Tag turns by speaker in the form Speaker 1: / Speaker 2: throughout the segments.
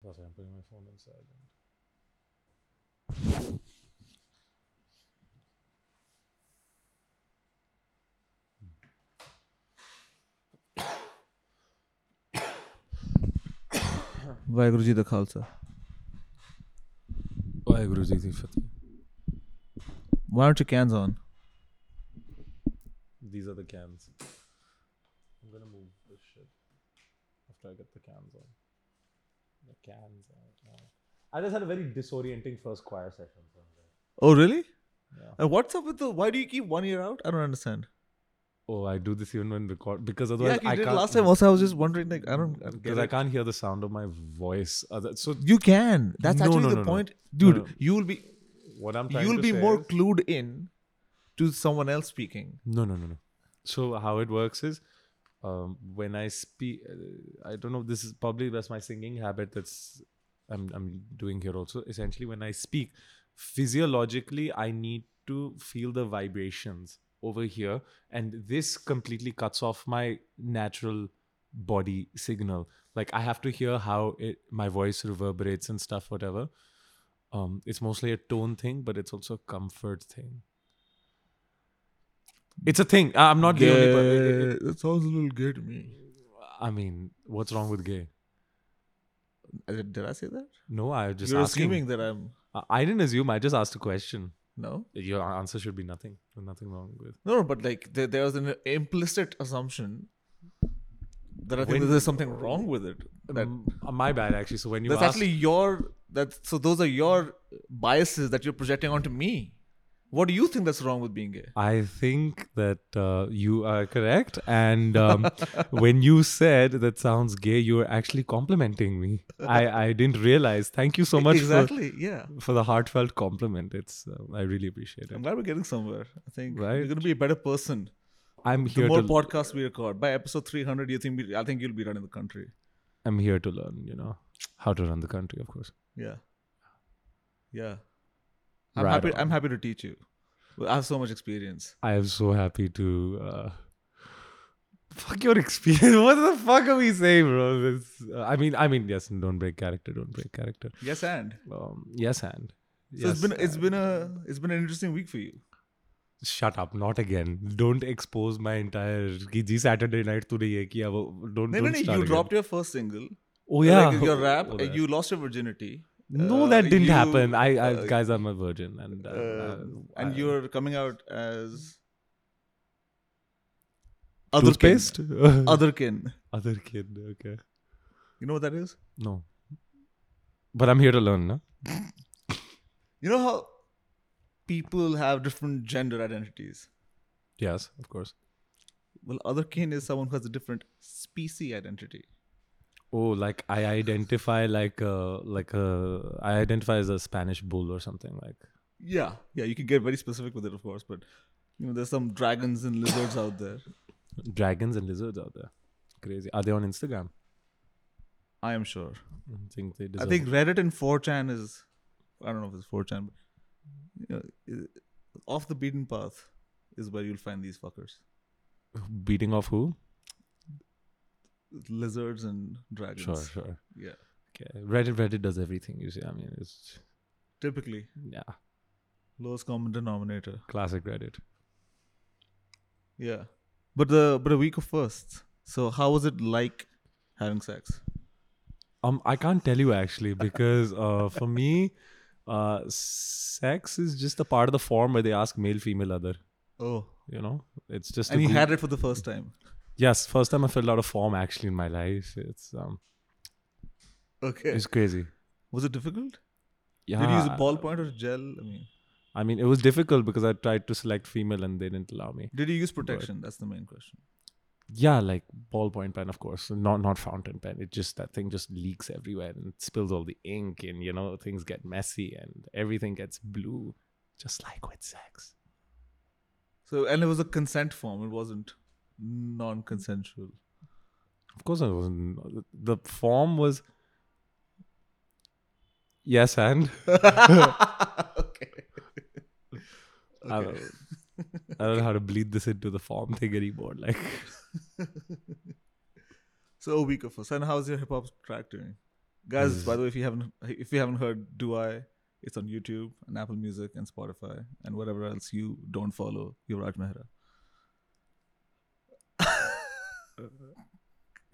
Speaker 1: Plus, I'm putting my phone in silent.
Speaker 2: Waheguru ji ਦਾ ਖਾਲਸਾ
Speaker 1: ਵਾਹਿਗੁਰੂ ਜੀ ਦੀ ਫਤਿਹ
Speaker 2: why are you cans on
Speaker 1: These are the cans. I'm gonna move this shit after I get the cans on. The cans are on. I just had a very disorienting first choir session. So I'm like,
Speaker 2: oh really
Speaker 1: Yeah.
Speaker 2: And what's up with the why do you keep one ear out I don't understand
Speaker 1: oh, I do this even when record because
Speaker 2: yeah
Speaker 1: otherwise
Speaker 2: you
Speaker 1: I
Speaker 2: did
Speaker 1: can't. Mm.
Speaker 2: Last time also I was just wondering like I don't
Speaker 1: because I can't hear the sound of my voice. Other, so
Speaker 2: you can that's
Speaker 1: No, no,
Speaker 2: actually
Speaker 1: no,
Speaker 2: the
Speaker 1: no.
Speaker 2: Point
Speaker 1: No,
Speaker 2: dude
Speaker 1: no.
Speaker 2: You will be
Speaker 1: what I'm trying
Speaker 2: you will
Speaker 1: to
Speaker 2: be
Speaker 1: say
Speaker 2: more
Speaker 1: is-
Speaker 2: clued in to someone else speaking
Speaker 1: No, no, no, no. So how it works is, um, when I speak, uh, I don't know. This is probably that's my singing habit. That's I'm I'm doing here also. Essentially, when I speak, physiologically, I need to feel the vibrations over here, and this completely cuts off my natural body signal. Like I have to hear how it my voice reverberates and stuff, whatever. Um, it's mostly a tone thing, but it's also a comfort thing. It's a thing. I- I'm not the only person.
Speaker 2: that sounds a little gay to me
Speaker 1: I mean, what's wrong with gay?
Speaker 2: did, did i say that
Speaker 1: No, I just
Speaker 2: you're
Speaker 1: asking.
Speaker 2: assuming that i'm
Speaker 1: I- I didn't assume. I just asked a question.
Speaker 2: no
Speaker 1: Your answer should be nothing. There's Nothing wrong with.
Speaker 2: no no but like there, there was an implicit assumption that i think
Speaker 1: When-
Speaker 2: that there's something wrong with it that
Speaker 1: Um, my bad, actually. So when you
Speaker 2: that's
Speaker 1: asked,
Speaker 2: actually your that so those are your biases that you're projecting onto me what do you think that's wrong with being gay
Speaker 1: I think that uh, you are correct. And um, when you said that sounds gay, you were actually complimenting me. I I didn't realize. Thank you so much
Speaker 2: exactly yeah
Speaker 1: for for the heartfelt compliment. It's uh, I really appreciate
Speaker 2: i'm
Speaker 1: it.
Speaker 2: glad we're getting somewhere i think
Speaker 1: Right.
Speaker 2: you're going to be a better person
Speaker 1: I'm
Speaker 2: the
Speaker 1: here
Speaker 2: more
Speaker 1: to
Speaker 2: podcasts we record by episode 300 you think we, i think you'll be running the country
Speaker 1: I'm here to learn. You know how to run the country, of course.
Speaker 2: yeah yeah i'm
Speaker 1: Right
Speaker 2: happy
Speaker 1: on.
Speaker 2: i'm happy to teach you i have so much experience
Speaker 1: I am so happy to. Uh, fuck your experience. What the fuck are we saying, bro? This, uh, I mean, I mean, yes. Don't break character. Don't break character.
Speaker 2: yes and
Speaker 1: Um, yes, and
Speaker 2: so it's
Speaker 1: Yes,
Speaker 2: been it's
Speaker 1: and.
Speaker 2: been a it's been an interesting week for you
Speaker 1: Shut up! Not again. Don't expose my entire. कि जी Saturday night तूने ये किया वो. Don't. don't
Speaker 2: no no no you
Speaker 1: start again.
Speaker 2: dropped your first single
Speaker 1: Oh yeah.
Speaker 2: like your rap
Speaker 1: Oh,
Speaker 2: uh,
Speaker 1: that.
Speaker 2: you lost your virginity
Speaker 1: No,
Speaker 2: uh,
Speaker 1: that didn't
Speaker 2: you-
Speaker 1: happen. I, I
Speaker 2: uh,
Speaker 1: guys, I'm a virgin, and uh,
Speaker 2: uh,
Speaker 1: I-
Speaker 2: and you're coming out as
Speaker 1: toothpaste.
Speaker 2: kin. other kin
Speaker 1: Other kid. Okay.
Speaker 2: you know what that is
Speaker 1: No. But I'm here to learn, no?
Speaker 2: you know how people have different gender identities
Speaker 1: Yes, of course.
Speaker 2: well other kin is someone who has a different species identity
Speaker 1: Oh, like I identify like a like a I identify as a Spanish bull or something like.
Speaker 2: yeah yeah you can get very specific with it of course but you know there's some dragons and lizards out there
Speaker 1: Dragons and lizards out there, crazy. Are they on Instagram?
Speaker 2: i am sure
Speaker 1: I think they
Speaker 2: i
Speaker 1: deserve.
Speaker 2: think reddit and 4chan is i don't know if it's 4chan but you know, i- off the beaten path is where you'll find these fuckers
Speaker 1: beating off who?
Speaker 2: lizards and dragons
Speaker 1: Sure, sure.
Speaker 2: yeah
Speaker 1: Okay, Reddit Reddit does everything. You see, I mean, it's
Speaker 2: typically
Speaker 1: yeah,
Speaker 2: lowest common denominator
Speaker 1: classic Reddit.
Speaker 2: yeah but the but a week of firsts so how was it like having sex
Speaker 1: Um, I can't tell you actually because uh, for me, uh, sex is just a part of the form where they ask male, female, other.
Speaker 2: oh
Speaker 1: You know, it's just. a
Speaker 2: and you
Speaker 1: group-
Speaker 2: had it for the first time
Speaker 1: Yes, first time I filled out a form actually in my life. It's um,
Speaker 2: okay
Speaker 1: it's crazy.
Speaker 2: was it difficult
Speaker 1: Yeah,
Speaker 2: did you use
Speaker 1: I-
Speaker 2: ballpoint or gel i mean
Speaker 1: I mean, it was difficult because I tried to select female and they didn't allow me.
Speaker 2: did you use protection that's the main question
Speaker 1: Yeah, like ballpoint pen, of course, not not fountain pen. It just that thing just leaks everywhere and it spills all the ink, and you know things get messy and everything gets blue, just like with sex.
Speaker 2: so and it was a consent form it wasn't non-consensual
Speaker 1: Of course, it wasn't. The form was yes, and
Speaker 2: okay
Speaker 1: I, don't, I don't know how to bleed this into the form thing anymore. Like.
Speaker 2: so a week of firsts and how's your hip-hop track doing guys.
Speaker 1: Is-
Speaker 2: By the way, if you haven't if you haven't heard, do I? It's on YouTube and Apple Music and Spotify and whatever else you don't follow. Yuvraj Mehra.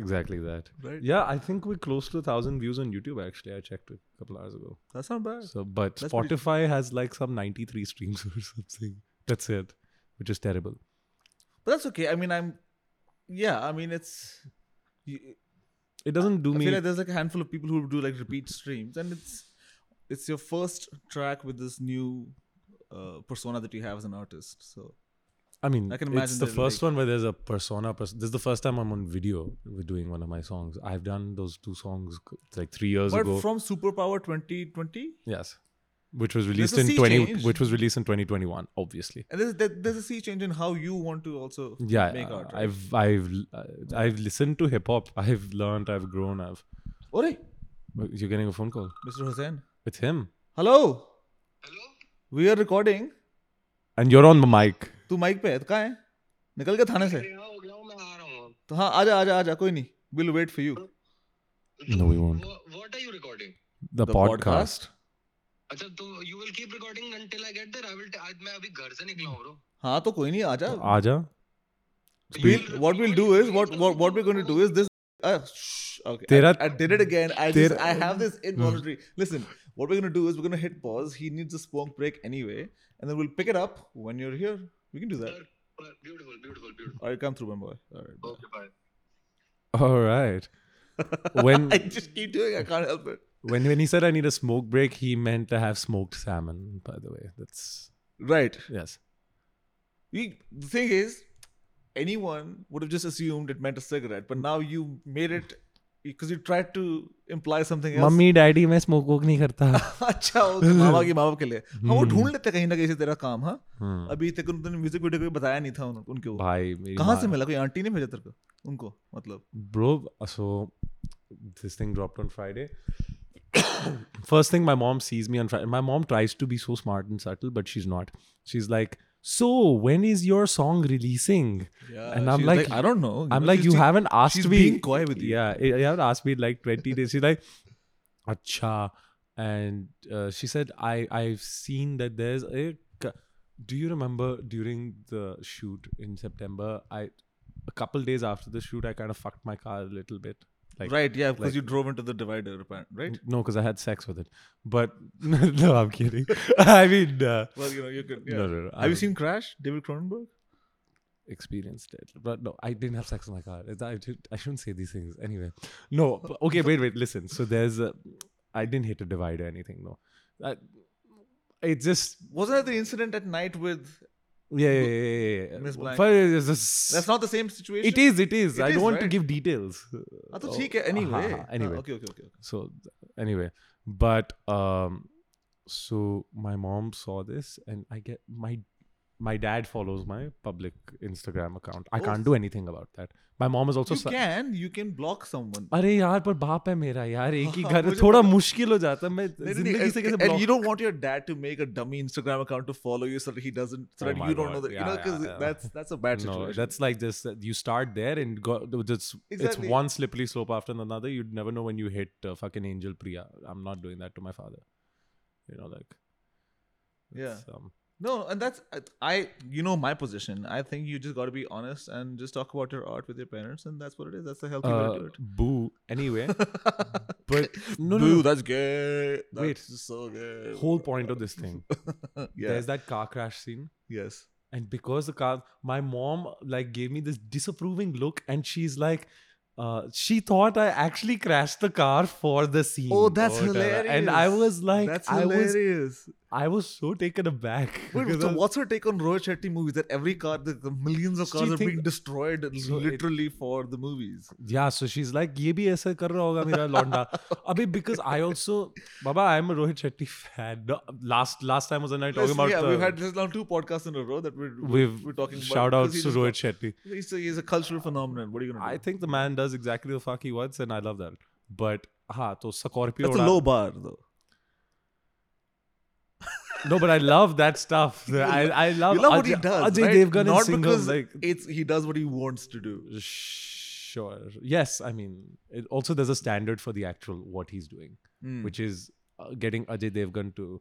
Speaker 1: Exactly that.
Speaker 2: Right.
Speaker 1: Yeah, I think we're close to a thousand views on YouTube. Actually, I checked it a couple hours ago.
Speaker 2: That's not bad.
Speaker 1: So, but
Speaker 2: Hmm. That's pretty-
Speaker 1: Spotify has like some ninety-three streams or something. That's it, which is terrible.
Speaker 2: But that's okay. I mean, I'm. Yeah, I mean, it's. You,
Speaker 1: It doesn't do
Speaker 2: I
Speaker 1: me.
Speaker 2: feel like there's like a handful of people who do like repeat streams, and it's it's your first track with this new uh, persona that you have as an artist. So
Speaker 1: I mean,
Speaker 2: I can
Speaker 1: it's
Speaker 2: imagine
Speaker 1: the
Speaker 2: there's,
Speaker 1: first
Speaker 2: like-
Speaker 1: one where there's a persona. Pers- this is the first time I'm on video with doing one of my songs. I've done those two songs c- like three years
Speaker 2: but
Speaker 1: ago.
Speaker 2: from Superpower 2020,
Speaker 1: yes, which was
Speaker 2: There's
Speaker 1: released
Speaker 2: a
Speaker 1: in
Speaker 2: sea
Speaker 1: twenty,
Speaker 2: change.
Speaker 1: which was released in 2021, obviously.
Speaker 2: and there's there- there's a sea change in how you want to also
Speaker 1: Yeah,
Speaker 2: make art. Right?
Speaker 1: I've I've uh, I've listened to hip hop. I've learned. I've grown. I've.
Speaker 2: Ore,
Speaker 1: But You're getting a phone call.
Speaker 2: Mr. Hussain.
Speaker 1: It's him,
Speaker 2: Hello,
Speaker 3: hello
Speaker 2: we are recording.
Speaker 1: and you're on the mic.
Speaker 2: तू mic पे है तो कहाँ है निकल गया थाने से
Speaker 3: अरे हाँ हो गया हूँ मैं आ रहा हूँ
Speaker 2: तो हाँ आजा आजा आजा कोई नहीं will wait for you
Speaker 1: No, we won't.
Speaker 3: What are you recording
Speaker 1: The,
Speaker 2: The
Speaker 1: podcast.
Speaker 2: podcast?
Speaker 3: अच्छा तो you will keep recording until I get there I will आज मैं अभी घर से निकला हूँ ब्रो
Speaker 2: हाँ तो कोई नहीं आजा
Speaker 1: Oh. Aja.
Speaker 2: We'll, what we'll do is what what what we're going to do is this. Uh, shh, okay,
Speaker 1: Tera-
Speaker 2: I, I did it again. I
Speaker 1: Tera-
Speaker 2: just, I have this involuntary. Listen, what we're going to do is we're going to hit pause. He needs a smoke break anyway, and then we'll pick it up when you're here. We can do that.
Speaker 3: Beautiful beautiful beautiful
Speaker 2: All right, come through, my boy. All right. bye.
Speaker 3: Okay bye
Speaker 1: All right. when
Speaker 2: I just keep doing. it. I can't help it.
Speaker 1: when when he said I need a smoke break, he meant to have smoked salmon. By the way, that's
Speaker 2: Right.
Speaker 1: yes.
Speaker 2: We, the thing is, anyone would have just assumed it meant a cigarette, but now you made it because you tried to imply something else.
Speaker 1: Mummy daddy मैं smoke वोक नहीं करता
Speaker 2: अच्छा वो तो माँ बाप के माँ बाप के लिए हाँ
Speaker 1: Hmm.
Speaker 2: वो ढूंढ लेते हैं कहीं ना कहीं से तेरा काम हाँ अभी तक उन्होंने म्यूजिक वीडियो को भी बताया नहीं था उन- उनके वो
Speaker 1: भाई मेरी
Speaker 2: कहाँ से मिला कोई आंटी ने भेजा तेरे को उनको मतलब
Speaker 1: bro uh, so this thing dropped on friday first thing my mom sees me on friday my mom tries to be so smart and subtle but she's not she's like so when is your song releasing And I'm
Speaker 2: She's
Speaker 1: like-
Speaker 2: I don't know
Speaker 1: I'm like, you haven't asked
Speaker 2: she's
Speaker 1: me.
Speaker 2: being coy with you.
Speaker 1: Yeah, eh, you haven't asked me in like 20 days. She's like, acha. And uh, she said, I, I've seen that there's a. c- Do you remember during the shoot in September? I A couple days after the shoot, I kind of fucked my car a little bit. Like,
Speaker 2: right yeah because
Speaker 1: like-
Speaker 2: you drove into the divider apparent- right
Speaker 1: No, because I had sex with it. But no, I'm kidding. I mean, uh,
Speaker 2: well you know you could yeah.
Speaker 1: no, no, no.
Speaker 2: have
Speaker 1: I'm-
Speaker 2: you seen Crash David Cronenberg
Speaker 1: experienced it. But no, I didn't have sex in my car. It- I, did- I shouldn't say these things. Anyway, no. but- Okay, wait, wait. Listen. So there's a. I didn't hit a divide or anything. No. I, it just
Speaker 2: wasn't that the incident at night with
Speaker 1: yeah yeah yeah yeah. yeah.
Speaker 2: Miss Blank.
Speaker 1: But it's just-
Speaker 2: that's not the same situation
Speaker 1: it is it is.
Speaker 2: It
Speaker 1: I
Speaker 2: is,
Speaker 1: don't want to
Speaker 2: right?
Speaker 1: give details.
Speaker 2: हाँ तो
Speaker 1: Oh,
Speaker 2: ठीक है
Speaker 1: aha,
Speaker 2: anyway
Speaker 1: aha,
Speaker 2: हाँ,
Speaker 1: anyway.
Speaker 2: okay okay okay okay.
Speaker 1: So th- anyway, but um, so my mom saw this, and I get my my dad follows my public Instagram account. I
Speaker 2: Oh.
Speaker 1: can't do anything about that. My mom is also
Speaker 2: you
Speaker 1: si-
Speaker 2: can you can block someone
Speaker 1: अरे यार पर बाप है मेरा यार एक ही
Speaker 2: हाँ,
Speaker 1: घर है,
Speaker 2: मुझे
Speaker 1: थोड़ा
Speaker 2: पता।
Speaker 1: मुश्किल हो जाता मैं
Speaker 2: नहीं, नहीं,
Speaker 1: जिंदगी से
Speaker 2: and,
Speaker 1: कैसे
Speaker 2: and you
Speaker 1: block-
Speaker 2: don't want your dad to make a dummy Instagram account to follow you so that he doesn't so
Speaker 1: Oh
Speaker 2: that
Speaker 1: my
Speaker 2: you don't
Speaker 1: God.
Speaker 2: know that you
Speaker 1: Yeah,
Speaker 2: know
Speaker 1: yeah,
Speaker 2: because
Speaker 1: yeah.
Speaker 2: that's that's a bad
Speaker 1: no
Speaker 2: situation.
Speaker 1: that's like this that you start there and go it's,
Speaker 2: Exactly.
Speaker 1: it's one slippery slope after another you'd never know when you hit uh, fucking angel priya i'm not doing that to my father you know like it's, um,
Speaker 2: no, and that's I you know my position. I think you just got to be honest and just talk about your art with your parents, and that's what it is. That's the healthy way
Speaker 1: uh,
Speaker 2: to do it.
Speaker 1: boo anyway but no no,
Speaker 2: Boo,
Speaker 1: no
Speaker 2: that's gay. That's
Speaker 1: Wait.
Speaker 2: so gay.
Speaker 1: whole point of this thing
Speaker 2: yeah.
Speaker 1: there's that car crash scene
Speaker 2: yes.
Speaker 1: and because the car my mom like gave me this disapproving look and she's like uh, she thought I actually crashed the car for the scene.
Speaker 2: Oh, that's
Speaker 1: or whatever.
Speaker 2: hilarious.
Speaker 1: And I was like,
Speaker 2: that's
Speaker 1: I was,
Speaker 2: hilarious.
Speaker 1: I was so taken aback.
Speaker 2: Wait,
Speaker 1: because
Speaker 2: so
Speaker 1: I-
Speaker 2: what's her take on Rohit Shetty movies? That every car, the, the millions of
Speaker 1: She
Speaker 2: cars are
Speaker 1: thinks-
Speaker 2: being destroyed
Speaker 1: So it-
Speaker 2: literally for the movies.
Speaker 1: Yeah, so she's like, ये भी ऐसा कर रहा होगा मेरा लौंडा. अबे because I also, Baba, I'm a Rohit Shetty fan. No, last last time was when I talking
Speaker 2: Listen,
Speaker 1: about
Speaker 2: yeah,
Speaker 1: the,
Speaker 2: we've had this is now two podcasts in a row that we're
Speaker 1: we've
Speaker 2: we're talking about
Speaker 1: shout
Speaker 2: because
Speaker 1: outs
Speaker 2: he
Speaker 1: to
Speaker 2: just
Speaker 1: Rohit Shetty.
Speaker 2: He's a, he's a cultural phenomenon. What are you gonna do?
Speaker 1: I think the man does exactly the fuck he wants, and I love that. But हाँ तो Scorpio.
Speaker 2: that's a
Speaker 1: उड़ा-
Speaker 2: low bar though.
Speaker 1: No, but I love that stuff. The- I, I love,
Speaker 2: you love what
Speaker 1: Ajay,
Speaker 2: he does,
Speaker 1: Ajay
Speaker 2: right?
Speaker 1: Devgan
Speaker 2: Not
Speaker 1: and Singham.
Speaker 2: because
Speaker 1: Like,
Speaker 2: it's he does what he wants to do.
Speaker 1: sh- sure. Yes, I mean, it, also there's a standard for the actual what he's doing,
Speaker 2: Hmm.
Speaker 1: which is uh, getting Ajay Devgan to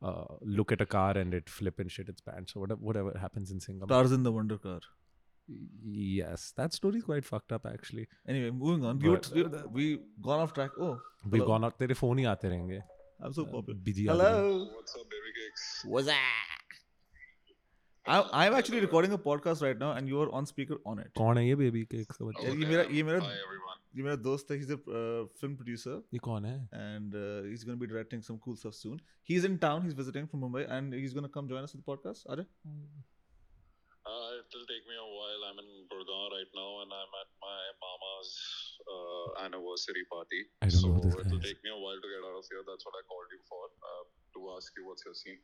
Speaker 1: uh, look at a car and it flip and shit its pants or whatever, whatever happens in Singapore.
Speaker 2: Tarzan the Wonder Car.
Speaker 1: Yes, that story's quite fucked up actually.
Speaker 2: Anyway, moving on. We, were
Speaker 1: But-
Speaker 2: we, we gone off track. Oh,
Speaker 1: We've
Speaker 2: Hello.
Speaker 1: gone out. तेरे phone ही आते रहेंगे.
Speaker 2: I'm
Speaker 1: Um,
Speaker 2: so popular.
Speaker 1: busy आदमी.
Speaker 2: Hello.
Speaker 3: What's up, baby cakes?
Speaker 2: What's that? I, I'm actually recording a podcast right now, and you are on speaker on it.
Speaker 1: कौन है ये baby cake का बच्चा?
Speaker 2: ये मेरा- ये मेरा-
Speaker 3: Hi, everyone.
Speaker 2: You mean dost hai, he's a uh, film producer,
Speaker 1: ये कौन है?
Speaker 2: and uh, he's going to be directing some cool stuff soon. He's in town. He's visiting from Mumbai, and he's going to come join us for the podcast. Are
Speaker 3: Uh, it'll take me a while. I'm in Gurgaon right now, and I'm at my mama's uh, anniversary party.
Speaker 1: I don't
Speaker 3: so
Speaker 1: know who this guy
Speaker 3: it'll
Speaker 1: is.
Speaker 3: take me a while to get out of here. That's what I called you for uh, to ask you what's your scene.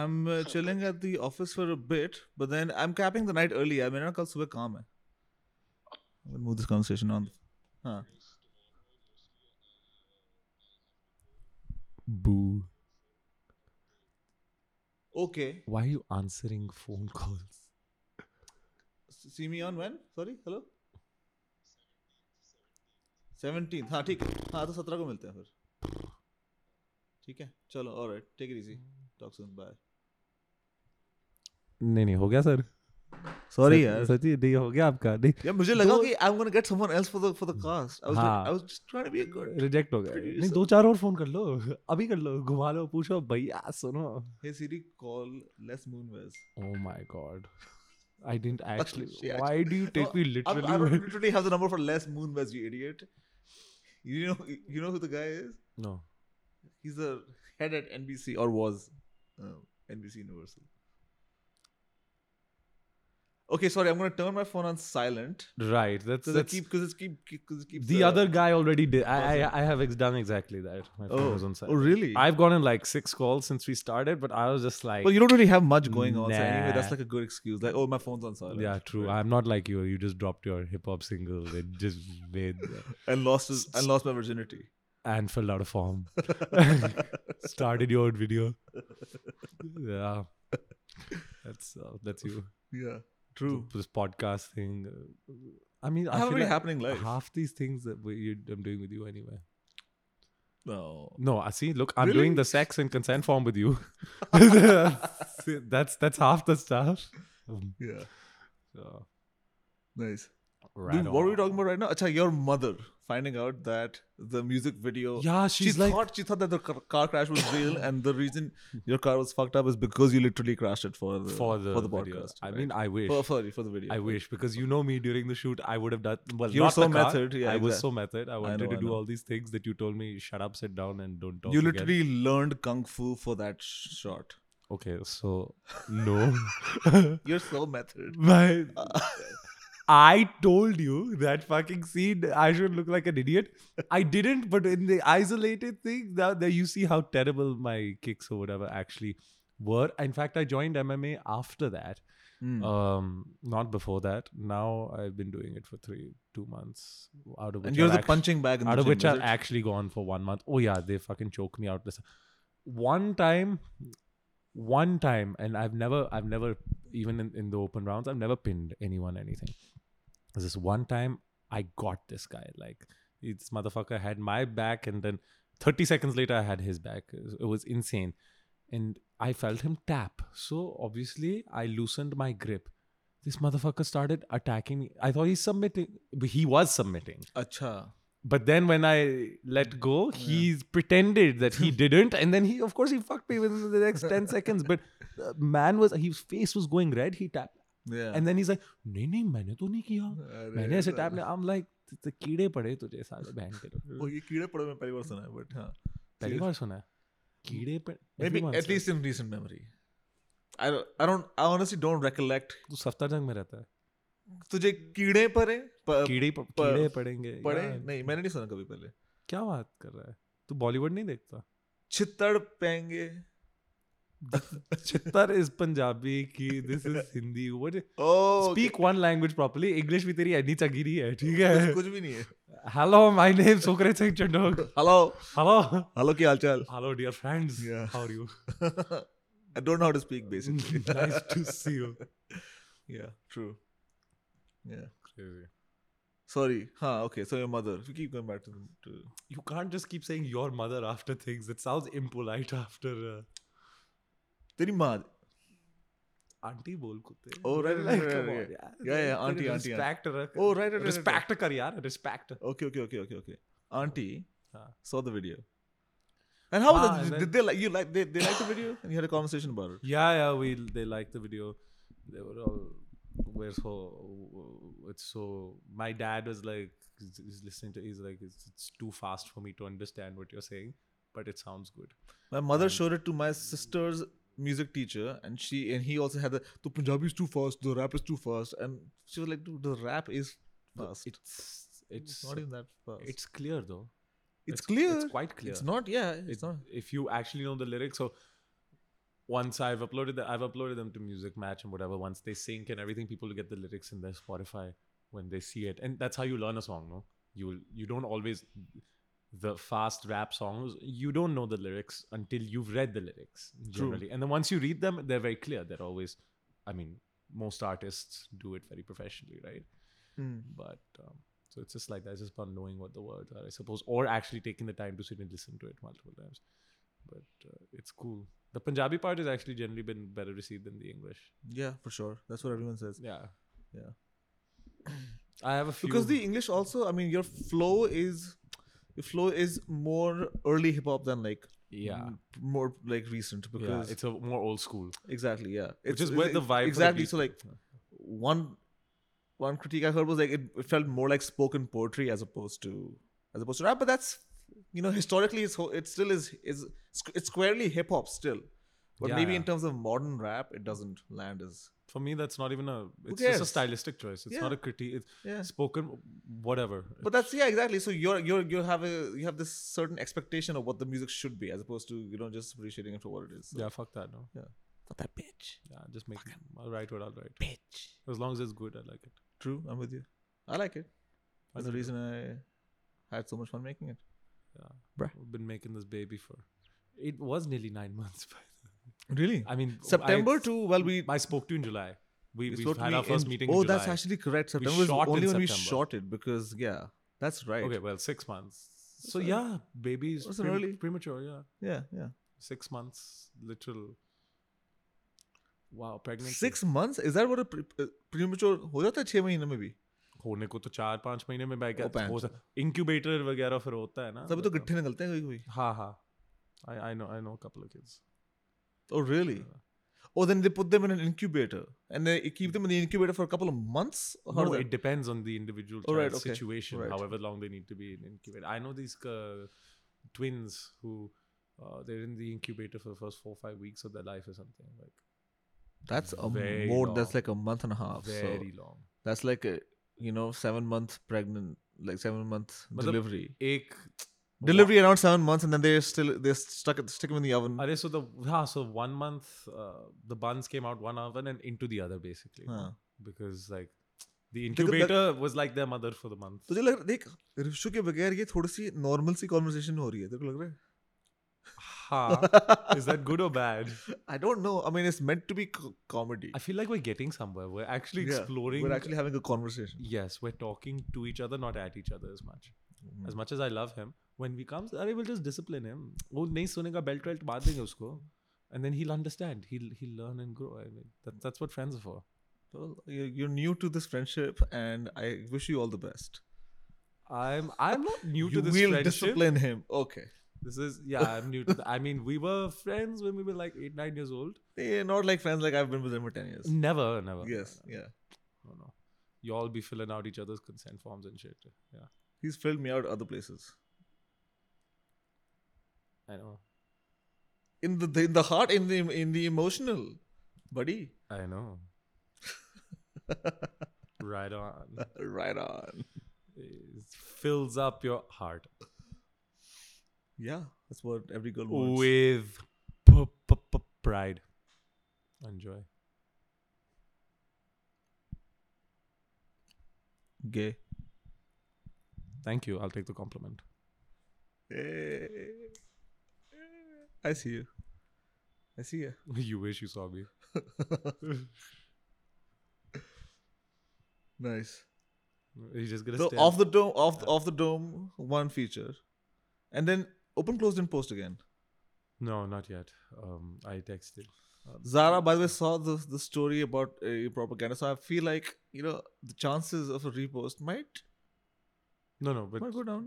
Speaker 2: I'm uh, chilling at the office for a bit, but then I'm capping the night early. I mean, I'm going to move this conversation on. Huh.
Speaker 1: Boo.
Speaker 2: Okay.
Speaker 1: Why are you answering phone calls?
Speaker 2: S- See me on when? Sorry, hello. 17th. हाँ ठीक है हाँ तो 17 को मिलते हैं फिर ठीक है चलो alright take it easy talk soon bye
Speaker 1: नहीं नहीं हो गया सर
Speaker 2: सॉरी
Speaker 1: सच-
Speaker 2: यार
Speaker 1: सच्ची नहीं हो गया आपका नहीं
Speaker 2: यार मुझे लगा कि I am gonna get someone else for the for the cast I was
Speaker 1: हाँ।
Speaker 2: I was just trying to be good
Speaker 1: reject हो गया
Speaker 2: Producer.
Speaker 1: नहीं दो चार और फोन कर लो अभी कर लो घुमा लो पूछो भैया सुनो
Speaker 2: hey Siri call less मूनवेज
Speaker 1: oh my God I didn't
Speaker 2: she
Speaker 1: actually
Speaker 2: actually-
Speaker 1: why do you take me
Speaker 2: I don't
Speaker 1: literally
Speaker 2: literally have the number for Les Moonves, you idiot. You know, you know who the guy is?
Speaker 1: No
Speaker 2: He's the head at NBC or was uh, NBC Universal. Okay, sorry, I'm gonna turn my phone on silent
Speaker 1: right that's
Speaker 2: because it keep because it keep because it keeps
Speaker 1: The
Speaker 2: uh,
Speaker 1: other guy already did. I,
Speaker 2: Awesome.
Speaker 1: I I have ex- done exactly that. My phone
Speaker 2: Oh,
Speaker 1: was on
Speaker 2: oh
Speaker 1: silent.
Speaker 2: really?
Speaker 1: I've gotten like six calls since we started, but I was just like,
Speaker 2: but you don't really have much going on, so anyway,
Speaker 1: Nah.
Speaker 2: that's like a good excuse. Like, oh, my phone's on silent.
Speaker 1: yeah, true. I'm not like you. You just dropped your hip hop single and just made
Speaker 2: and lost his and lost my virginity.
Speaker 1: and filled out a form. Started your own video. Yeah, that's uh, that's you.
Speaker 2: Yeah, true.
Speaker 1: This podcast thing. uh, I mean, I
Speaker 2: How
Speaker 1: feel
Speaker 2: are we
Speaker 1: like
Speaker 2: happening live?
Speaker 1: half these things that we, you, I'm doing with you anyway.
Speaker 2: No,
Speaker 1: No, I see. Look, I'm
Speaker 2: Really?
Speaker 1: doing the sex and consent form with you. that's that's half the stuff. Um,
Speaker 2: yeah,
Speaker 1: so,
Speaker 2: nice.
Speaker 1: right
Speaker 2: Dude, what are we
Speaker 1: on.
Speaker 2: talking about right now? Acha, your mother finding out that the music video.
Speaker 1: Yeah,
Speaker 2: she
Speaker 1: she's like,
Speaker 2: thought she thought that the car, car crash was real, and the reason your car was fucked up is because you literally crashed it for the
Speaker 1: for the, video.
Speaker 2: podcast.
Speaker 1: I
Speaker 2: right?
Speaker 1: mean, I wish.
Speaker 2: For- sorry for the video.
Speaker 1: I wish because you know me during the shoot, I would have done. Well,
Speaker 2: You were
Speaker 1: not
Speaker 2: so
Speaker 1: the car.
Speaker 2: method, yeah,
Speaker 1: I was
Speaker 2: exactly.
Speaker 1: so method. I
Speaker 2: know,
Speaker 1: wanted
Speaker 2: I
Speaker 1: to do
Speaker 2: know.
Speaker 1: all these things that you told me: shut up, sit down, and don't talk.
Speaker 2: you
Speaker 1: again."
Speaker 2: literally learned kung fu for that sh- shot.
Speaker 1: okay. So no,
Speaker 2: You're so method.
Speaker 1: my I told you that fucking scene. I should look like an idiot. I didn't, but in the isolated thing, now there you see how terrible my kicks or whatever actually were. In fact, I joined MMA after that.
Speaker 2: Hmm.
Speaker 1: Um, not before that. Now I've been doing it for three, two months. Out of which
Speaker 2: and you're
Speaker 1: I've
Speaker 2: the
Speaker 1: actu-
Speaker 2: punching bag. In
Speaker 1: out
Speaker 2: the
Speaker 1: of
Speaker 2: gym,
Speaker 1: which
Speaker 2: is
Speaker 1: I've
Speaker 2: it?
Speaker 1: actually gone for one month. Oh yeah, they fucking choke me out. This one time, one time, and I've never, I've never even in, in the open rounds, I've never pinned anyone anything. There's This one time, I got this guy. Like this motherfucker had my back, and then 30 seconds later, I had his back. It was insane, and I felt him tap. So obviously, I loosened my grip. This motherfucker started attacking me. I thought he's submitting, but he was submitting.
Speaker 2: Acha.
Speaker 1: But then when I let go, he pretended that he didn't, and then he, of course, he fucked me within the next ten seconds. But the man was his face was going red. He tapped,
Speaker 2: Yeah.
Speaker 1: and then he's like, "नहीं नहीं मैंने तो नहीं किया
Speaker 2: Arre,
Speaker 1: मैंने ऐसे
Speaker 2: sir.
Speaker 1: tap नहीं." I'm like, "तो कीड़े पड़े तुझे साले बहन के लोग."
Speaker 2: वो ये कीड़े पड़े में पहली बार सुना है, but हाँ.
Speaker 1: पहली बार सुना है कीड़े पड़े
Speaker 2: Maybe
Speaker 1: everyone
Speaker 2: at
Speaker 1: says.
Speaker 2: least in recent memory. I don't, I don't, I honestly don't recollect.
Speaker 1: तू सफ्तारजंग में रहता है
Speaker 2: तुझे कीड़े पड़े प-
Speaker 1: कीड़े प- कीड़े पड़ेंगे
Speaker 2: पड़े
Speaker 1: यार,
Speaker 2: नहीं मैंने नहीं सुना कभी पहले
Speaker 1: क्या बात कर रहा है तू बॉलीवुड नहीं देखता
Speaker 2: छितड़ पेंगे
Speaker 1: चित्तर इज पंजाबी की this is Hindi what
Speaker 2: oh
Speaker 1: speak one language properly English भी तेरी एनी चगीरी है ठीक है
Speaker 2: कुछ भी नहीं है
Speaker 1: hello my name Sukret Singh Chandok
Speaker 2: hello
Speaker 1: hello
Speaker 2: hello क्या हाल चाल
Speaker 1: hello dear friends
Speaker 2: Yeah.
Speaker 1: How are you
Speaker 2: I don't know how to speak basically
Speaker 1: nice to see you
Speaker 2: yeah true yeah Sorry. Huh, okay. So your mother. We keep going back to, to
Speaker 1: You can't just keep saying your mother after things. It sounds impolite after uh,
Speaker 2: Teri maa.
Speaker 1: auntie bol kute.
Speaker 2: Oh, right, right, right,
Speaker 1: come on,
Speaker 2: right, right.
Speaker 1: yaar.
Speaker 2: Yeah, yeah,
Speaker 1: Tere
Speaker 2: auntie, auntie,
Speaker 1: Respect रख.
Speaker 2: Oh, right, right, right, right,
Speaker 1: Respect कर यार, respect.
Speaker 2: Okay, okay, okay, okay, okay. Auntie
Speaker 1: Huh.
Speaker 2: saw the video. And how
Speaker 1: Ah,
Speaker 2: was
Speaker 1: and
Speaker 2: the,
Speaker 1: then-
Speaker 2: did they like you like they, they liked the video and you had a conversation about it?
Speaker 1: Yeah, yeah, we they liked the video. They were all we're so it's so my dad was like he's, he's listening to he's like it's, it's too fast for me to understand what you're saying, but it sounds good.
Speaker 2: My mother
Speaker 1: Hmm.
Speaker 2: showed it to my sister's music teacher, and she and he also had the the Punjabi is too fast, the rap is too fast, and she was like, dude, the rap is fast.
Speaker 1: It's it's
Speaker 2: not even that fast. It's,
Speaker 1: it's clear though.
Speaker 2: clear.
Speaker 1: It's quite clear.
Speaker 2: It's not. Yeah, it's
Speaker 1: It-
Speaker 2: not.
Speaker 1: if you actually know the lyrics so once i've uploaded the, i've uploaded them to music match and whatever once they sync and everything people get the lyrics in their spotify when they see it and that's how you learn a song no you you don't always the fast rap songs you don't know the lyrics until you've read the lyrics generally and then once you read them they're very clear they're always i mean most artists do it very professionally right
Speaker 2: Hmm.
Speaker 1: but um, so it's just like that. It's just about knowing what the words are, I suppose, or actually taking the time to sit and listen to it multiple times. But uh, it's cool. The Punjabi part has actually generally been better received than the English.
Speaker 2: Yeah, for sure. That's what everyone says.
Speaker 1: Yeah,
Speaker 2: Yeah.
Speaker 1: I have a few
Speaker 2: Because the English also, I mean, your flow is your flow is more early hip hop than like
Speaker 1: yeah.
Speaker 2: m- more like recent
Speaker 1: Yeah,
Speaker 2: Mm, because
Speaker 1: it's a more old school.
Speaker 2: exactly yeah it's,
Speaker 1: is where the vibe for the
Speaker 2: exactly
Speaker 1: beat-
Speaker 2: so like one one critique I heard was like it, it felt more like spoken poetry as opposed to as opposed to rap but that's you know historically it's ho- it still is is it's squarely hip hop still but
Speaker 1: Yeah,
Speaker 2: maybe
Speaker 1: yeah.
Speaker 2: in terms of modern rap it doesn't land as
Speaker 1: For me, that's not even a. It's just a
Speaker 2: cares?
Speaker 1: stylistic choice. It's
Speaker 2: Yeah.
Speaker 1: not a critique. It's
Speaker 2: yeah
Speaker 1: spoken, whatever.
Speaker 2: But that's yeah, exactly. So you're you're you have a you have this certain expectation of what the music should be, as opposed to you know just appreciating it for what it is. So.
Speaker 1: yeah, fuck that. No,
Speaker 2: Fuck that bitch,
Speaker 1: yeah, just make. I'll write what I'll write.
Speaker 2: bitch.
Speaker 1: As long as it's good, I like it.
Speaker 2: True, I'm with you. I like it. That's
Speaker 1: Fuck
Speaker 2: the
Speaker 1: it.
Speaker 2: reason I had so much fun making it.
Speaker 1: Yeah.
Speaker 2: Bruh.
Speaker 1: We've been making this baby for it was nearly nine months by
Speaker 2: Really,
Speaker 1: I mean I-
Speaker 2: September too. Well, we
Speaker 1: I spoke to you in July. We
Speaker 2: we
Speaker 1: we
Speaker 2: showed
Speaker 1: had
Speaker 2: me
Speaker 1: our first
Speaker 2: in-
Speaker 1: meeting.
Speaker 2: Oh,
Speaker 1: in July.
Speaker 2: that's actually correct. September was
Speaker 1: shot in
Speaker 2: only when we
Speaker 1: September.
Speaker 2: shot it because yeah, that's right.
Speaker 1: okay. Well, six months. So
Speaker 2: That's
Speaker 1: yeah, babies
Speaker 2: That's an
Speaker 1: prem-
Speaker 2: early-
Speaker 1: premature. Yeah,
Speaker 2: Yeah, yeah.
Speaker 1: six months, literal. Wow, pregnancy.
Speaker 2: Six months is that what a pre- uh, premature हो जाता है छह महीने में भी
Speaker 1: होने को तो चार पांच महीने में
Speaker 2: Oh, pants.
Speaker 1: बैग इंक्यूबेटर वगैरह फिर होता है ना
Speaker 2: तभी तो
Speaker 1: but, uh,
Speaker 2: गट्ठे निकलते हैं कोई कोई
Speaker 1: हाँ हाँ I I know I know couple of kids
Speaker 2: Oh, really? Oh, then they put them in an incubator and they keep them in the incubator for a couple of months. Or how
Speaker 1: No,
Speaker 2: does
Speaker 1: it depends on the individual
Speaker 2: Oh, right,
Speaker 1: child's
Speaker 2: okay.
Speaker 1: situation,
Speaker 2: Right.
Speaker 1: however long they need to be in incubator. I know these uh, twins who uh, they're in the incubator for the first four five weeks of their life or something like
Speaker 2: that- that's a
Speaker 1: Very
Speaker 2: more.
Speaker 1: long.
Speaker 2: That's like a month and a half.
Speaker 1: very
Speaker 2: Ah, so
Speaker 1: long.
Speaker 2: that's like a you know seven month pregnant, like seven month
Speaker 1: Matlab-
Speaker 2: delivery.
Speaker 1: Ek
Speaker 2: Delivery around seven months, and then they still they stuck it, stick them in the oven.
Speaker 1: Arey, so the yeah, so one month uh, the buns came out one oven and into the other basically
Speaker 2: Huh.
Speaker 1: because like the
Speaker 2: that-
Speaker 1: incubator was like their mother for the month.
Speaker 2: तुझे लग देख रिशु के बगैर ये थोड़ी सी normal सी conversation हो रही है तेरे को लग
Speaker 1: Ha.
Speaker 2: रहा है
Speaker 1: Is that good or bad?
Speaker 2: I don't know I mean it's meant to be comedy
Speaker 1: I feel like we're getting somewhere. We're actually exploring.
Speaker 2: we're actually having a conversation
Speaker 1: yes, we're talking to each other, not at each other as much. as much as I love him, when he comes, अरे will just discipline him. वो नहीं सुनेगा belt belt मार देंगे उसको and then he'll understand. He'll he'll learn and grow. I mean, that, that's what friends are for.
Speaker 2: Mm. Well, you- you're new to this friendship, and I wish you all the best.
Speaker 1: I'm I'm not new
Speaker 2: you
Speaker 1: to this
Speaker 2: will
Speaker 1: friendship.
Speaker 2: discipline him. Okay.
Speaker 1: This is yeah, I'm new to. The, I mean, we were friends when we were like eight nine years old.
Speaker 2: They're not like friends like I've been with him for 10 years.
Speaker 1: Never never.
Speaker 2: Yes, yeah.
Speaker 1: No no. You all be filling out each other's consent forms and shit. Yeah,
Speaker 2: He's filled me out other places.
Speaker 1: I know.
Speaker 2: In the, the in the heart, in the in the emotional, buddy.
Speaker 1: I know. right on.
Speaker 2: Right on.
Speaker 1: It fills up your heart.
Speaker 2: Yeah, that's what every girl wants.
Speaker 1: with p- p- p- pride and joy.
Speaker 2: Gay.
Speaker 1: Thank you. I'll take the compliment.
Speaker 2: Eh, I see you. I see you.
Speaker 1: you wish you saw me.
Speaker 2: Nice.
Speaker 1: He's just gonna
Speaker 2: So
Speaker 1: stare.
Speaker 2: off the dome, off off the dome, one feature, and then open, closed, and post again.
Speaker 1: no, not yet. Um, I texted.
Speaker 2: Zara, by the way, saw the the story about uh, propaganda. So I feel like you know the chances of a repost might
Speaker 1: No, no, but
Speaker 2: might go down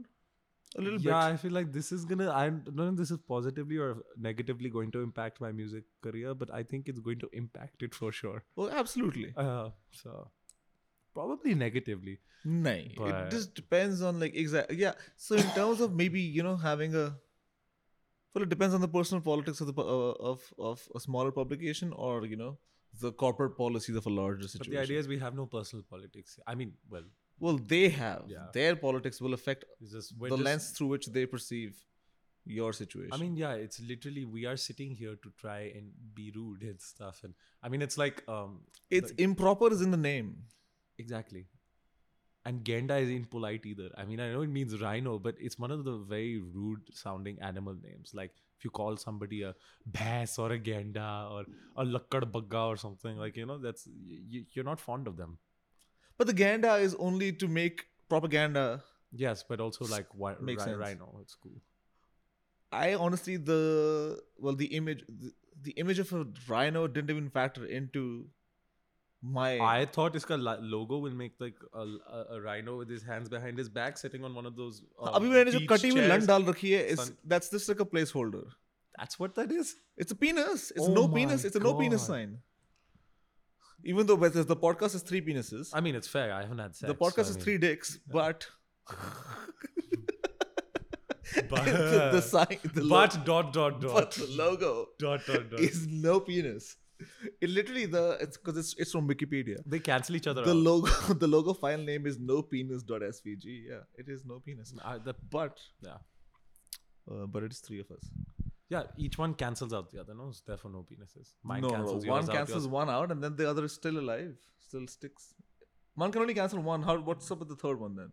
Speaker 2: a little
Speaker 1: yeah,
Speaker 2: bit.
Speaker 1: I feel like this is gonna. I don't know if this is positively or negatively going to impact my music career, but I think it's going to impact it for sure.
Speaker 2: Well, absolutely.
Speaker 1: Uh, so probably negatively.
Speaker 2: No,
Speaker 1: But-
Speaker 2: it just depends on like exact. Yeah. So in terms of maybe you know having a, well, it depends on the personal politics of the pu- uh, of of a smaller publication or you know the corporate policies of a larger
Speaker 1: But
Speaker 2: situation.
Speaker 1: the idea is we have no personal politics. I mean, well,
Speaker 2: well, they have
Speaker 1: Yeah.
Speaker 2: their politics will affect
Speaker 1: it's just we're
Speaker 2: the
Speaker 1: just-
Speaker 2: lens through which they perceive your situation.
Speaker 1: I mean, yeah, it's literally we are sitting here to try and be rude and stuff, and I mean, it's like um,
Speaker 2: it's improper is in the name.
Speaker 1: Exactly. And Genda is impolite either. I mean, I know it means rhino, but it's one of the very rude sounding animal names. Like if you call somebody a bass or a Genda or a Lakkad Bagga or something, like, you know, that's, you, you're not fond of them.
Speaker 2: But the ganda is only to make propaganda.
Speaker 1: Yes, but also like why,
Speaker 2: Makes
Speaker 1: ri-
Speaker 2: sense.
Speaker 1: rhino, it's cool.
Speaker 2: I honestly the well the image the, the image of a rhino didn't even factor into my
Speaker 1: I thought iska lo- logo will make like a, a, a rhino with his hands behind his back sitting on one of those. uh,
Speaker 2: अभी मैंने जो
Speaker 1: beach
Speaker 2: कटी हुई
Speaker 1: chairs.
Speaker 2: लन डाल रखी है इस
Speaker 1: Sun-
Speaker 2: that's just like a placeholder
Speaker 1: That's what that is.
Speaker 2: it's a penis it's
Speaker 1: Oh
Speaker 2: no
Speaker 1: my
Speaker 2: penis it's a no
Speaker 1: God.
Speaker 2: penis sign even though but the podcast is three penises
Speaker 1: I mean, it's fair. I haven't had sex.
Speaker 2: the podcast
Speaker 1: so I
Speaker 2: is
Speaker 1: mean-
Speaker 2: three dicks but the,
Speaker 1: But,
Speaker 2: the sign the lo-
Speaker 1: but dot dot dot.
Speaker 2: but the logo
Speaker 1: dot dot dot.
Speaker 2: is no penis it literally the it's because it's, it's from wikipedia
Speaker 1: they cancel each other
Speaker 2: the
Speaker 1: out.
Speaker 2: logo the logo file name is no penis.svg yeah it is no penis
Speaker 1: I- the-
Speaker 2: but
Speaker 1: yeah,
Speaker 2: uh, but it's three of us
Speaker 1: yeah. Each one cancels out the other. No, it's therefore no penises. Mine
Speaker 2: no,
Speaker 1: cancels
Speaker 2: one
Speaker 1: yours out,
Speaker 2: cancels
Speaker 1: yours-
Speaker 2: one out and then the other is still alive still sticks one can only cancel one how what's up with the third one then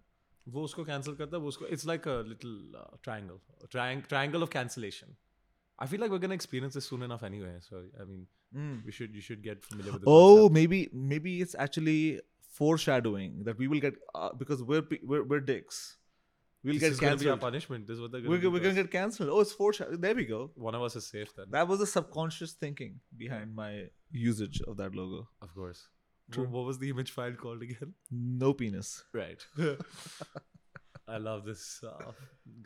Speaker 1: वो उसको cancel करता है, वो उसको- It's like a little uh, triangle, a triang- triangle of cancellation. I feel like we're gonna experience this soon enough anyway. So I mean,
Speaker 2: Hmm.
Speaker 1: we should you should get familiar with. The
Speaker 2: oh
Speaker 1: concept.
Speaker 2: maybe maybe it's actually foreshadowing that we will get uh, because we're, pe- we're we're dicks we'll
Speaker 1: this
Speaker 2: get
Speaker 1: is gonna be our
Speaker 2: canceled
Speaker 1: punishment. This is what they're gonna.
Speaker 2: we're,
Speaker 1: do
Speaker 2: we're
Speaker 1: to
Speaker 2: gonna
Speaker 1: us.
Speaker 2: get canceled oh it's foreshadowing there we go
Speaker 1: One of us is safe then.
Speaker 2: that was the subconscious thinking behind my usage of that logo
Speaker 1: of course.
Speaker 2: True.
Speaker 1: What, what was the image file called again?
Speaker 2: no penis
Speaker 1: Right. I love this. Uh,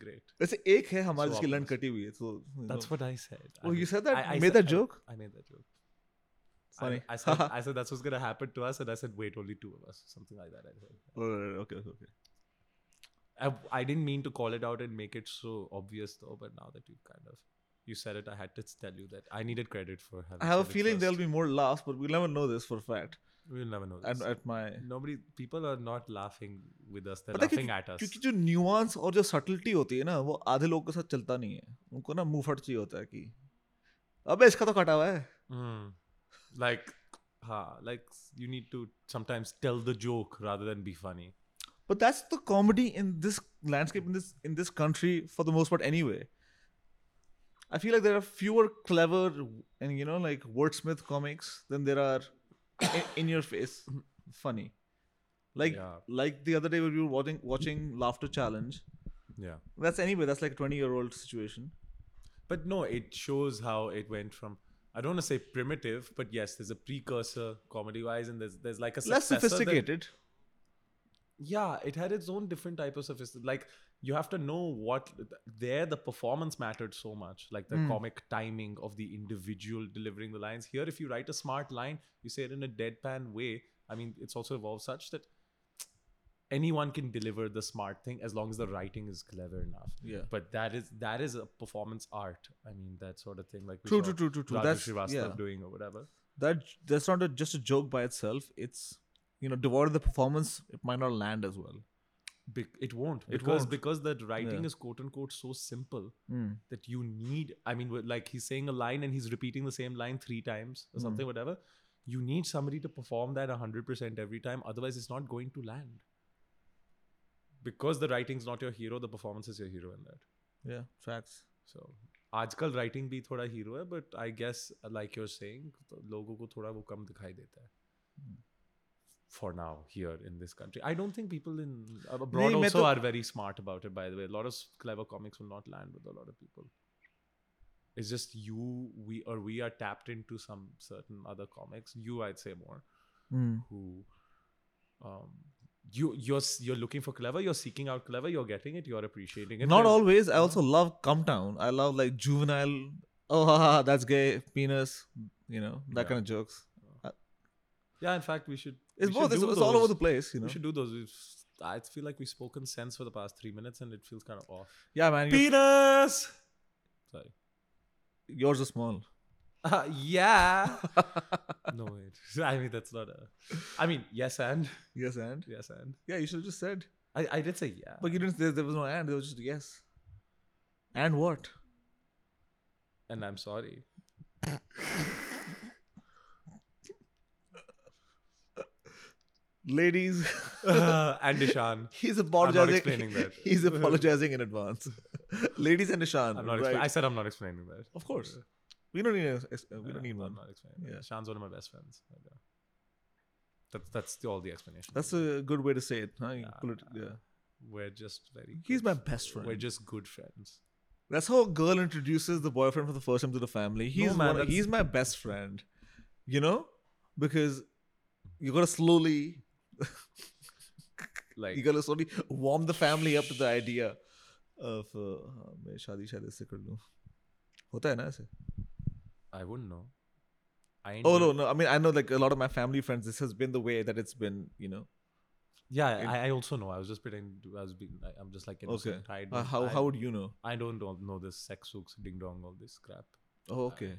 Speaker 1: great.
Speaker 2: वैसे एक है हमारी
Speaker 1: So
Speaker 2: जिसकी लन
Speaker 1: obvious.
Speaker 2: कटी हुई है so you
Speaker 1: That's
Speaker 2: know.
Speaker 1: what I said. I
Speaker 2: oh you
Speaker 1: mean,
Speaker 2: said that
Speaker 1: I- I
Speaker 2: made
Speaker 1: said-
Speaker 2: that
Speaker 1: I-
Speaker 2: joke
Speaker 1: I made that joke.
Speaker 2: Sorry.
Speaker 1: I, I said I said that's what's gonna happen to us, and I said wait, only two of us, something like that. I said.
Speaker 2: Oh, okay okay okay
Speaker 1: I, I didn't mean to call it out and make it so obvious though, but now that you kind of you said it, I had to tell you that I needed credit for having.
Speaker 2: I have a
Speaker 1: said it
Speaker 2: feeling
Speaker 1: first.
Speaker 2: there'll be more laughs, but we'll never know this for a fact.
Speaker 1: We'll never know. This.
Speaker 2: And at my
Speaker 1: Nobody, people are not laughing with us; they're
Speaker 2: पता है
Speaker 1: laughing
Speaker 2: क्योंकि-
Speaker 1: at us.
Speaker 2: क्योंकि जो nuance और जो subtlety होती है ना वो आधे लोगों के साथ चलता नहीं है उनको ना मुंह फट चाहिए होता है कि अबे इसका तो कटा हुआ है
Speaker 1: Mm. Like, ha, like you need to sometimes tell the joke rather than be funny.
Speaker 2: But that's the comedy in this landscape in this in this country for the most part anyway I feel like there are fewer clever and you know like wordsmith comics then there are in your face funny like
Speaker 1: Yeah.
Speaker 2: Like the other day we were watching watching laughter challenge
Speaker 1: Yeah.
Speaker 2: That's anyway. That's like a twenty-year-old situation.
Speaker 1: But no, it shows how it went from I don't want to say primitive, but yes, there's a precursor comedy wise, and there's there's like a
Speaker 2: Less
Speaker 1: successor that-
Speaker 2: sophisticated.
Speaker 1: yeah, it had its own different type of sophistication. Like you have to know what there the performance mattered so much, like
Speaker 2: Hmm.
Speaker 1: the comic timing of the individual delivering the lines. Here, if you write a smart line, you say it in a deadpan way. I mean, it's also evolved such that anyone can deliver the smart thing as long as the writing is clever enough.
Speaker 2: Yeah.
Speaker 1: But that is that is a performance art. I mean, that sort of thing. Like we
Speaker 2: True,
Speaker 1: saw
Speaker 2: true, true, true, true.
Speaker 1: Raju
Speaker 2: That's-
Speaker 1: Srivastava
Speaker 2: yeah.
Speaker 1: doing or whatever.
Speaker 2: That that's not a, just a joke by itself. It's you know, devoid of the performance, it might not land as well.
Speaker 1: Be- it won't
Speaker 2: It
Speaker 1: because
Speaker 2: won't.
Speaker 1: because the writing
Speaker 2: Yeah.
Speaker 1: is quote unquote so simple
Speaker 2: Hmm.
Speaker 1: that you need i mean with- like he's saying a line and he's repeating the same line three times or something whatever you need somebody to perform that 100% every time otherwise it's not going to land because the writing's not your hero the performance is your hero in that
Speaker 2: Yeah, facts.
Speaker 1: so आजकल writing भी थोड़ा hero है but I guess like you're saying लोगों को थोड़ा वो कम दिखाई देता है for now here in this country. I don't think people in ab-
Speaker 2: नहीं,
Speaker 1: abroad
Speaker 2: मैं
Speaker 1: also
Speaker 2: तो-
Speaker 1: are very smart about it. By the way, a lot of s- clever comics will not land with a lot of people. It's just you, we, or we are tapped into some certain other comics. You, I'd say more
Speaker 2: Hmm.
Speaker 1: who um you you're s- you're looking for clever you're seeking out clever you're getting it you're appreciating it
Speaker 2: Not
Speaker 1: and-
Speaker 2: always. I also
Speaker 1: Uh-huh.
Speaker 2: love Come Town. I love like juvenile. Oh, ha, ha, that's gay. Penis. You know that
Speaker 1: Yeah.
Speaker 2: kind of jokes.
Speaker 1: yeah in fact we should
Speaker 2: It's
Speaker 1: we should
Speaker 2: both. It's,
Speaker 1: do
Speaker 2: it's all over
Speaker 1: those.
Speaker 2: the place. You know.
Speaker 1: we should do those We've, i feel like we've spoken sense for the past three minutes and it feels kind of off
Speaker 2: Yeah, man. you-
Speaker 1: penis sorry
Speaker 2: yours is small.
Speaker 1: uh, yeah no wait i mean that's not a i mean yes and
Speaker 2: Yes, and
Speaker 1: yes and
Speaker 2: yeah, you should have just said.
Speaker 1: i i did say yeah
Speaker 2: But you didn't. There, there was no and. There was just yes. And what?
Speaker 1: and i'm sorry
Speaker 2: Ladies, Uh,
Speaker 1: and ishan
Speaker 2: he's apologizing.
Speaker 1: explaining that.
Speaker 2: He's apologizing in advance. Ladies and Nishan.
Speaker 1: i'm not
Speaker 2: right.
Speaker 1: expla- i said i'm not explaining that
Speaker 2: Of course. We don't need. A, ex- uh, we
Speaker 1: Yeah,
Speaker 2: don't need
Speaker 1: I'm
Speaker 2: one.
Speaker 1: not explaining that.
Speaker 2: Yeah.
Speaker 1: Sean's one of my best friends. Like, uh, That's that's the, all the explanation.
Speaker 2: That's a good way to say it. Huh? You
Speaker 1: Yeah. uh,
Speaker 2: put it- yeah.
Speaker 1: We're just very.
Speaker 2: He's
Speaker 1: good
Speaker 2: my
Speaker 1: f-
Speaker 2: best friend.
Speaker 1: We're just good friends.
Speaker 2: That's how a girl introduces the boyfriend for the first time to the family. He's
Speaker 1: man,
Speaker 2: one,
Speaker 1: that's-
Speaker 2: he's my best friend. You know? Because you gotta slowly
Speaker 1: Like
Speaker 2: you gotta slowly warm the family up to the idea of uh, हाँ, मैं शादी शायद इससे कर लूं होता है ना ऐसे
Speaker 1: I wouldn't know. I ain't
Speaker 2: oh
Speaker 1: do-
Speaker 2: no no I mean I know like a lot of my family friends this has been the way that it's been you know
Speaker 1: Yeah,
Speaker 2: it-
Speaker 1: I, I also know. I was just pretending. To, I was being. I, I'm just like
Speaker 2: okay
Speaker 1: innocent. I
Speaker 2: Uh,
Speaker 1: don't,
Speaker 2: how
Speaker 1: I,
Speaker 2: how would you know
Speaker 1: I don't know know this sex hooks ding dong all this crap.
Speaker 2: oh okay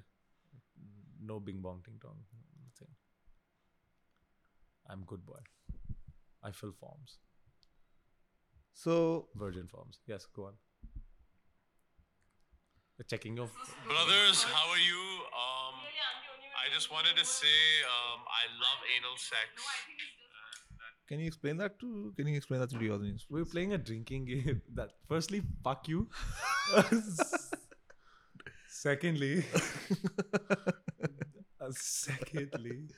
Speaker 1: No bing bong ding dong nothing. I'm good boy. I fill forms,
Speaker 2: so
Speaker 1: virgin forms. Yes, go on. The checking of
Speaker 4: Brothers, how are you? Um, I just wanted to say um, I love anal sex.
Speaker 2: can you explain that to can you explain that to the audience
Speaker 1: We were playing a drinking game that firstly fuck you. secondly, uh, secondly,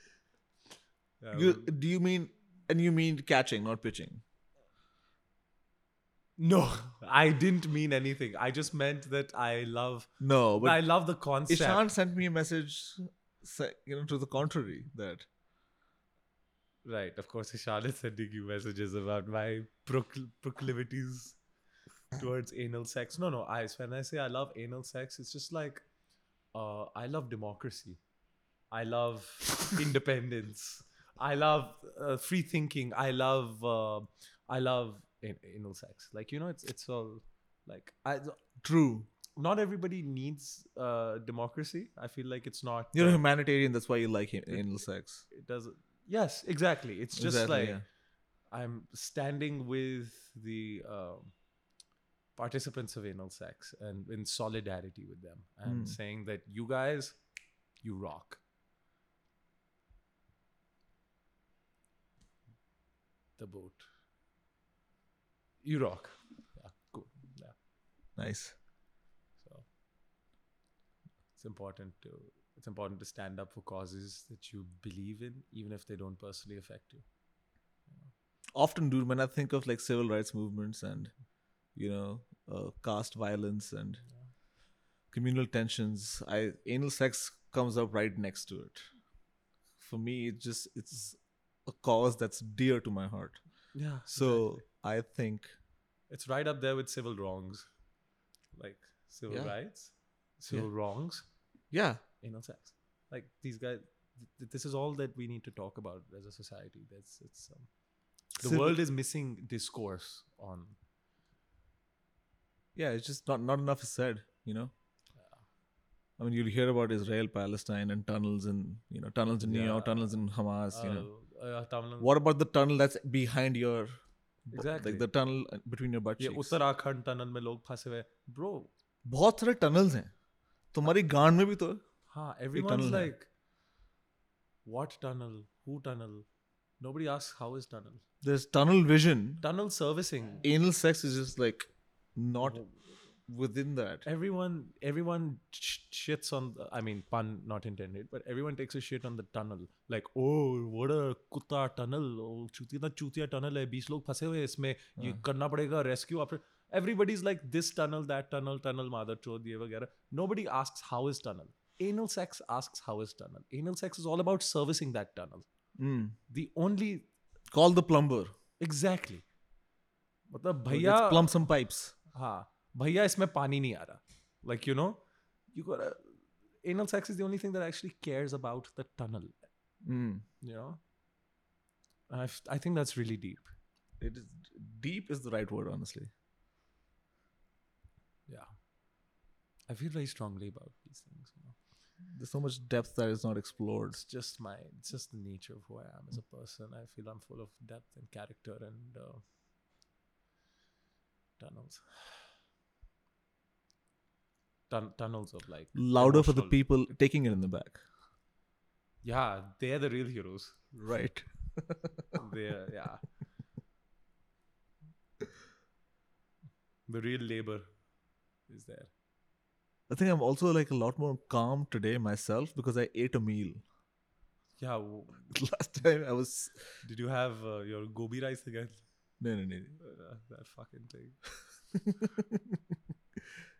Speaker 1: yeah,
Speaker 2: you,
Speaker 1: we-
Speaker 2: do you mean and you mean catching not pitching
Speaker 1: no, I didn't mean anything. I just meant that I love,
Speaker 2: No,
Speaker 1: I
Speaker 2: but
Speaker 1: love the concept.
Speaker 2: Ishan sent me a message, sa- you know, to the contrary that
Speaker 1: right, of course, Ishan is sending you messages about my procl- proclivities towards anal sex. No, no, I when I say I love anal sex, it's just like uh, I love democracy. I love independence. I love uh, free thinking. I love uh, I love an- anal sex. Like you know, it's it's all like I,
Speaker 2: true.
Speaker 1: not everybody needs uh, democracy. I feel like it's not.
Speaker 2: You're a
Speaker 1: uh,
Speaker 2: humanitarian. That's why you like him, anal sex.
Speaker 1: it doesn't. Yes, exactly. It's just
Speaker 2: Exactly,
Speaker 1: like
Speaker 2: yeah.
Speaker 1: I'm standing with the um, participants of anal sex and in solidarity with them and
Speaker 2: Mm.
Speaker 1: saying that you guys, you rock. The boat. You rock. Yeah, good. Yeah.
Speaker 2: nice.
Speaker 1: So it's important to it's important to stand up for causes that you believe in, even if they don't personally affect you.
Speaker 2: Often, dude, when I think of like civil rights movements and you know uh, caste violence and communal tensions, I anal sex comes up right next to it. For me, it just it's a cause that's dear to my heart.
Speaker 1: Yeah.
Speaker 2: So I think
Speaker 1: it's right up there with civil wrongs, like civil
Speaker 2: Yeah.
Speaker 1: rights, civil wrongs,
Speaker 2: yeah,
Speaker 1: anal sex. Like these guys, th- this is all that we need to talk about as a society. That's it's um, the
Speaker 2: Civil-
Speaker 1: world is missing discourse on.
Speaker 2: yeah, it's just not not enough is said, you know. I mean, you'll hear about Israel, Palestine, and tunnels in you know tunnels in New York,
Speaker 1: Yeah.
Speaker 2: tunnels in Hamas. you know,
Speaker 1: uh, uh, Tamil-
Speaker 2: what about the tunnel that's behind your bu-
Speaker 1: Exactly.
Speaker 2: like the tunnel uh, between your butt
Speaker 1: ये
Speaker 2: cheeks?
Speaker 1: Uttarakhand tunnel में लोग फंसे हुए bro
Speaker 2: बहुत सारे tunnels हैं तुम्हारी गांड में भी तो है।
Speaker 1: हाँ everyone's
Speaker 2: tunnel है।
Speaker 1: like what tunnel who tunnel nobody asks how is tunnel
Speaker 2: there's tunnel vision.
Speaker 1: tunnel servicing
Speaker 2: Anal sex is just like not within that.
Speaker 1: everyone everyone sh- shits on the, i mean pun not intended but everyone takes a shit on the tunnel like oh what a kutta tunnel oh chutina chutia tunnel hai 20 log phase hue hai isme ye karna padega rescue after everybody's like this tunnel that tunnel tunnel mother chod ye wagera nobody asks how is tunnel anal sex asks how is tunnel anal sex is all about servicing that tunnel
Speaker 2: Mm.
Speaker 1: the only
Speaker 2: Call the plumber.
Speaker 1: exactly मतलब भैया
Speaker 2: Let's plumb some pipes.
Speaker 1: हाँ भैया इसमें पानी नहीं आ रहा like you know you got anal sex is the only thing that actually cares about the tunnel
Speaker 2: Mm.
Speaker 1: you know And I, f- I think that's really deep
Speaker 2: It is deep is the right word, honestly.
Speaker 1: yeah i feel very strongly about these things you know
Speaker 2: There's so much depth that is not explored.
Speaker 1: it's just my it's just the nature of who i am as a person i feel i'm full of depth and character and uh, tunnels Tun- tunnels of like
Speaker 2: Louder for the
Speaker 1: emotional-
Speaker 2: people taking it in the back.
Speaker 1: yeah they're the real heroes
Speaker 2: Right.
Speaker 1: the yeah the real labor is there
Speaker 2: I think I'm also like a lot more calm today myself because I ate a meal.
Speaker 1: yeah w-
Speaker 2: Last time I was
Speaker 1: did you have uh, your gobi rice again
Speaker 2: no no no.
Speaker 1: uh, that fucking thing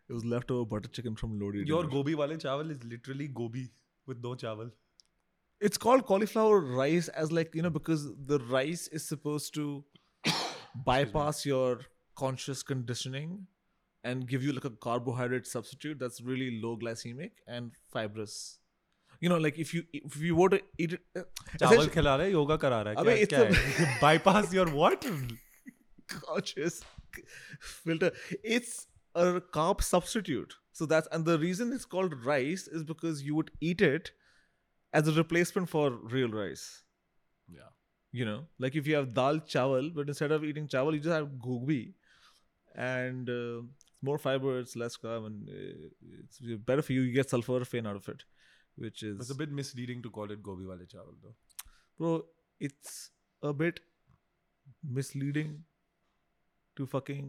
Speaker 2: It was leftover butter chicken from Lodi.
Speaker 1: your
Speaker 2: dinner.
Speaker 1: gobi wale chawal is literally gobi with no chawal
Speaker 2: it's called cauliflower rice as like you know because the rice is supposed to bypass your conscious conditioning and give you like a carbohydrate substitute that's really low glycemic and fibrous you know like if you if you were to eat it uh,
Speaker 1: chawal
Speaker 2: essentially-
Speaker 1: khila raha hai yoga kara raha hai
Speaker 2: Abhi,
Speaker 1: kya,
Speaker 2: it's
Speaker 1: kya
Speaker 2: a-
Speaker 1: hai? bypass your what
Speaker 2: conscious filter it's a carb substitute so that's and the reason it's called rice is because you would eat it as a replacement for real rice
Speaker 1: yeah
Speaker 2: you know like if you have dal chawal but instead of eating chawal you just have gobi and uh, it's more fiber it's less carb and uh, it's better for you you get sulforaphane out of it which is
Speaker 1: it's a bit misleading to call it gobi wale chawal though
Speaker 2: bro it's a bit misleading to fucking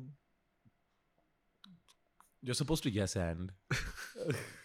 Speaker 1: you're supposed to yes and